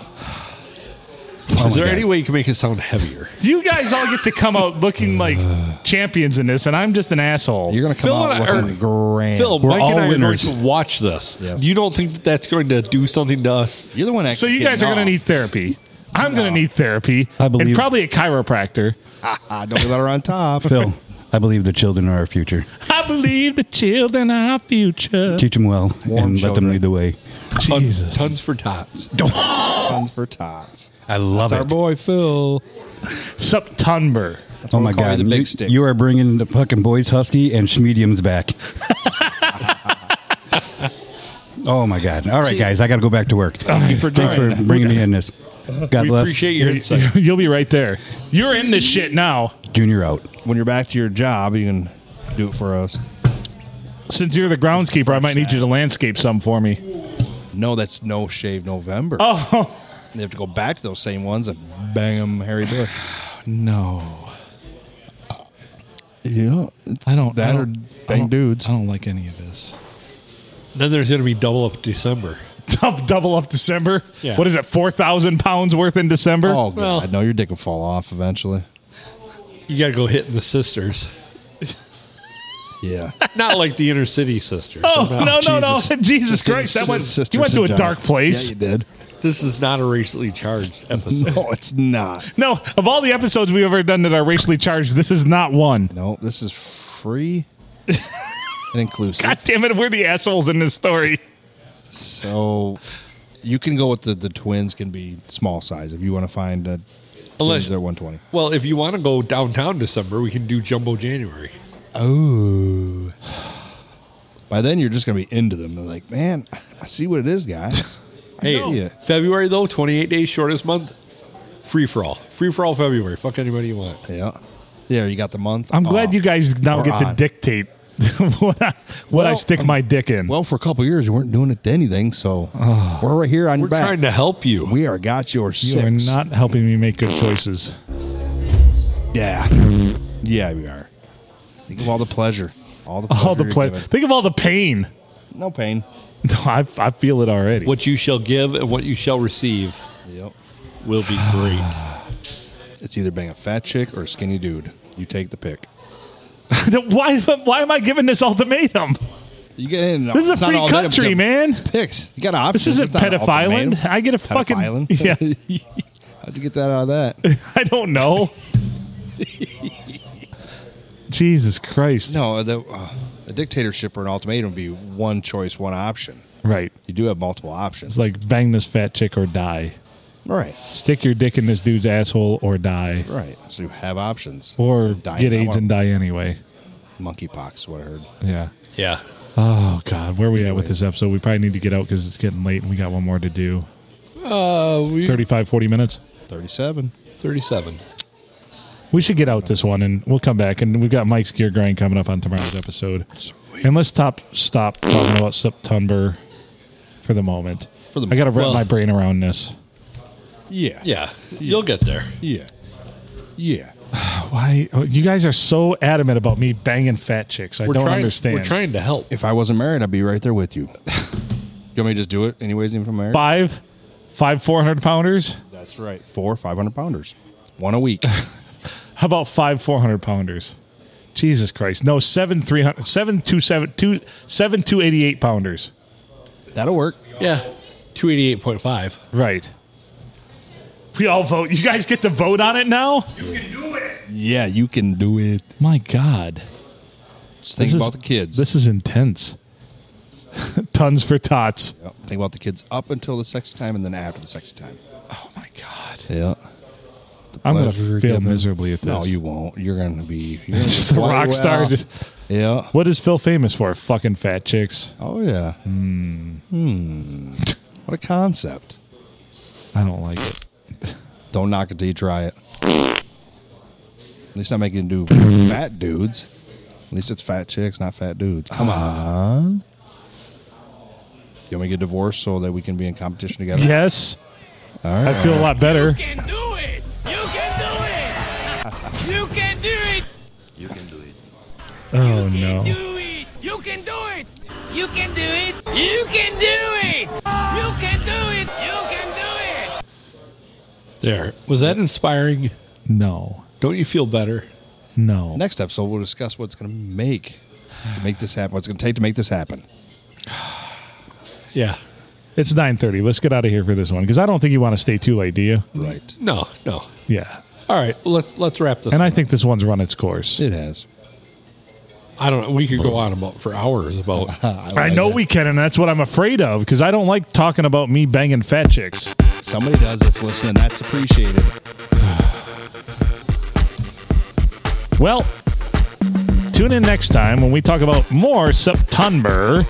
Speaker 5: Oh
Speaker 3: Is
Speaker 5: my
Speaker 3: there
Speaker 5: God.
Speaker 3: any way you can make it sound heavier?
Speaker 1: You guys all get to come out looking like champions in this, and I'm just an asshole.
Speaker 2: You're gonna come
Speaker 3: Phil
Speaker 2: out
Speaker 3: and I-
Speaker 2: looking
Speaker 3: or-
Speaker 2: grand.
Speaker 3: Phil,
Speaker 5: We're
Speaker 3: Mike and
Speaker 5: all
Speaker 3: I
Speaker 5: winners.
Speaker 3: are going to watch this.
Speaker 2: Yes.
Speaker 3: You don't think that that's going to do something to us?
Speaker 2: you're the one.
Speaker 1: so you guys are gonna need therapy. I'm gonna need therapy.
Speaker 5: I
Speaker 1: and
Speaker 5: believe-
Speaker 1: probably a chiropractor.
Speaker 2: I don't let her on top.
Speaker 5: Phil, I believe the children are our future.
Speaker 1: I believe the children are our future.
Speaker 5: Teach them well
Speaker 2: Warm
Speaker 5: and let
Speaker 2: children.
Speaker 5: them lead the way.
Speaker 3: Ton-
Speaker 1: Jesus.
Speaker 3: Tons for tots.
Speaker 2: Tons for tots.
Speaker 5: I love
Speaker 2: That's our boy Phil.
Speaker 1: September.
Speaker 5: Oh
Speaker 2: what
Speaker 5: my
Speaker 2: we call
Speaker 5: god,
Speaker 2: the big
Speaker 5: you,
Speaker 2: stick.
Speaker 5: you are bringing the fucking boys husky and schmediums back. oh my god! All right, guys, I got to go back to work. Thanks for bringing me in this. God
Speaker 3: We
Speaker 5: bless.
Speaker 3: appreciate your insight.
Speaker 1: You'll be right there. You're in this shit now.
Speaker 5: Junior out.
Speaker 2: When you're back to your job, you can do it for us.
Speaker 1: Since you're the groundskeeper, I might need you to landscape some for me.
Speaker 2: No, that's no
Speaker 1: Oh.
Speaker 2: shave November. Oh, they have to go back to those same ones and bang them, Harry Bush.
Speaker 1: No,
Speaker 2: Yeah.
Speaker 1: I don't. I
Speaker 2: That
Speaker 1: don't-
Speaker 2: or
Speaker 1: I
Speaker 2: bang
Speaker 1: don't-
Speaker 2: dudes.
Speaker 1: I don't like any of this.
Speaker 3: Then there's going to be double up December.
Speaker 1: Dub- Double up December.
Speaker 3: Yeah.
Speaker 1: What is it? Four thousand pounds worth in December.
Speaker 2: Oh, God.
Speaker 3: Well-
Speaker 2: no, your dick will fall off eventually.
Speaker 3: You got to go hitting the sisters.
Speaker 2: Yeah.
Speaker 3: Not like the inner city sisters.
Speaker 1: Oh,
Speaker 3: I'm
Speaker 1: no,
Speaker 3: not-
Speaker 1: no, Jesus. no.
Speaker 2: Jesus.
Speaker 1: Jesus Christ. That went, you went to a dark place.
Speaker 2: Yeah, you did.
Speaker 3: This is not a racially charged episode.
Speaker 2: No, it's not.
Speaker 1: no, of all the episodes we've ever done that are racially charged, this is not one.
Speaker 2: No, this is free and inclusive.
Speaker 1: God damn it, we're the assholes in this story.
Speaker 2: So you can go with the, the twins can be small size if you want to find a
Speaker 3: Unless-
Speaker 2: twins they're 120.
Speaker 3: Well, if you want to go downtown December, we can do Jumbo January.
Speaker 2: Oh. By then you're just going to be into them. They're like, man, I see what it is, guys. I
Speaker 3: Hey,
Speaker 2: see it.
Speaker 3: February though, 28 days, shortest month. Free for all. Free for all February. Fuck anybody you want.
Speaker 2: Yeah. Yeah, you got the month.
Speaker 1: I'm glad
Speaker 2: off.
Speaker 1: you guys now
Speaker 2: We're
Speaker 1: get to
Speaker 2: on.
Speaker 1: dictate what, I, what I
Speaker 2: Well,
Speaker 1: stick
Speaker 2: um,
Speaker 1: my dick in.
Speaker 2: Well, for a couple years, you weren't doing it to anything, so we're right here on
Speaker 3: We're
Speaker 2: your back.
Speaker 3: trying to help you.
Speaker 2: we are got your
Speaker 1: you are
Speaker 2: six.
Speaker 1: not helping me make good choices.
Speaker 2: yeah, yeah, we are. Think of all the pleasure, all the pleasure
Speaker 1: All the
Speaker 2: you're
Speaker 1: ple-
Speaker 2: given.
Speaker 1: Think of all the pain.
Speaker 2: no pain.
Speaker 1: No, I, I feel it already.
Speaker 3: what you shall give and what you shall receive
Speaker 2: Yep.
Speaker 3: will be great.
Speaker 2: It's either being a fat chick or a skinny dude. You take the pick.
Speaker 1: why, why am I giving this ultimatum?
Speaker 2: You get in.
Speaker 1: This is
Speaker 2: it's
Speaker 1: a
Speaker 2: not
Speaker 1: free
Speaker 2: all that, it's
Speaker 1: country,
Speaker 2: a-
Speaker 1: man.
Speaker 2: It's picks. You got an option.
Speaker 1: This isn't pedophile island. I get a fucking yeah.
Speaker 2: Yeah. How'd you get that out of that?
Speaker 1: I don't know. Jesus Christ!
Speaker 2: No, the, uh, a dictatorship or an ultimatum would be one choice, one option.
Speaker 1: Right?
Speaker 2: You do have multiple options.
Speaker 1: It's like bang this fat chick or die.
Speaker 2: right.
Speaker 1: Stick your dick in this dude's asshole or die,
Speaker 2: Right. So you have options.
Speaker 1: or
Speaker 2: Dying.
Speaker 1: get
Speaker 2: I
Speaker 1: AIDS
Speaker 2: want
Speaker 1: and die anyway.
Speaker 2: Monkeypox, is what I heard.
Speaker 1: Yeah.
Speaker 3: Yeah.
Speaker 1: Oh God, where are we at with this episode? We probably need to get out because it's getting late and we got one more to do.
Speaker 3: Uh, we
Speaker 1: 35, 40 minutes.
Speaker 2: 37.
Speaker 3: 37.
Speaker 1: We should get out this one and we'll come back. And we've got Mike's gear grind coming up on tomorrow's episode. And let's stop stop talking about September for the moment.
Speaker 2: For the
Speaker 1: I got to wrap
Speaker 3: well-
Speaker 1: my brain around this.
Speaker 2: Yeah.
Speaker 3: Yeah. You'll get there.
Speaker 2: Yeah. Yeah.
Speaker 1: Why oh, you guys are so adamant about me banging fat chicks? I don't
Speaker 3: trying,
Speaker 1: understand.
Speaker 3: We're trying to help.
Speaker 2: If I wasn't married, I'd be right there with you. you want me to just do it anyways, even if I'm married?
Speaker 1: Five, five four hundred pounders.
Speaker 2: That's right. Four 500 pounders. One a week.
Speaker 1: How about five four hundred pounders? Jesus Christ! No, seven three hundred, seven two seven two seven two eighty eight pounders.
Speaker 2: That'll work.
Speaker 3: Yeah. 288.5.
Speaker 1: Right. We all vote. You guys get to vote on it now.
Speaker 2: Yeah, you can do it.
Speaker 1: My God.
Speaker 2: Just think
Speaker 1: This is-
Speaker 2: about the kids.
Speaker 1: This is intense. Tons for tots.
Speaker 2: Yep. Think about the kids up until the sex time and then after the sex time.
Speaker 1: Oh my God.
Speaker 2: Yeah.
Speaker 1: I'm gonna
Speaker 2: Pleasure
Speaker 1: fail
Speaker 2: given.
Speaker 1: miserably at this.
Speaker 2: No, you won't. You're going to be you're gonna
Speaker 1: Just
Speaker 2: do
Speaker 1: a rock
Speaker 2: well.
Speaker 1: star. Just-
Speaker 2: Yeah.
Speaker 1: what is Phil famous for? Fucking fat chicks.
Speaker 2: Oh, yeah. Hmm. What a concept.
Speaker 1: I don't like it.
Speaker 2: Don't knock it till you try it. At least I'm making do fat dudes. At least it's fat chicks, not fat dudes. Come on. You want me to get divorced so that we can be in competition together?
Speaker 1: Yes.
Speaker 2: All right.
Speaker 1: I feel a lot better.
Speaker 6: You can do it! You can do it! You can do it!
Speaker 1: Oh
Speaker 6: You can
Speaker 1: no.
Speaker 6: do it! You can do it! You can do it! You can do it! You can do it! You can do it!
Speaker 3: There. Was that inspiring?
Speaker 1: No.
Speaker 3: Don't you feel better?
Speaker 1: No.
Speaker 2: Next episode, we'll discuss what it's going to make to make this happen. What it's going to take to make this happen.
Speaker 3: Yeah.
Speaker 1: It's 9:30. Let's get out of here for this one because I don't think you want to stay too late, do you?
Speaker 2: Right.
Speaker 3: No, no.
Speaker 1: Yeah.
Speaker 3: All right, let's let's wrap this.
Speaker 1: And I
Speaker 3: up.
Speaker 1: think this one's run its course.
Speaker 2: It has.
Speaker 3: I don't know. We could go on about for hours about.
Speaker 1: I know we can, and that's what I'm afraid of because I don't like talking about me banging fat chicks.
Speaker 2: Somebody does that's listening. That's appreciated.
Speaker 1: Well, tune in next time when we talk about more September.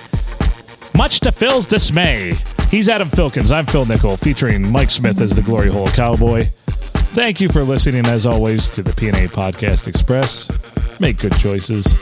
Speaker 1: Much to Phil's dismay, he's Adam Filkins. I'm Phil Nickel, featuring Mike Smith as the Glory Hole Cowboy. Thank you for listening, as always, to the PNA Podcast Express. Make good choices.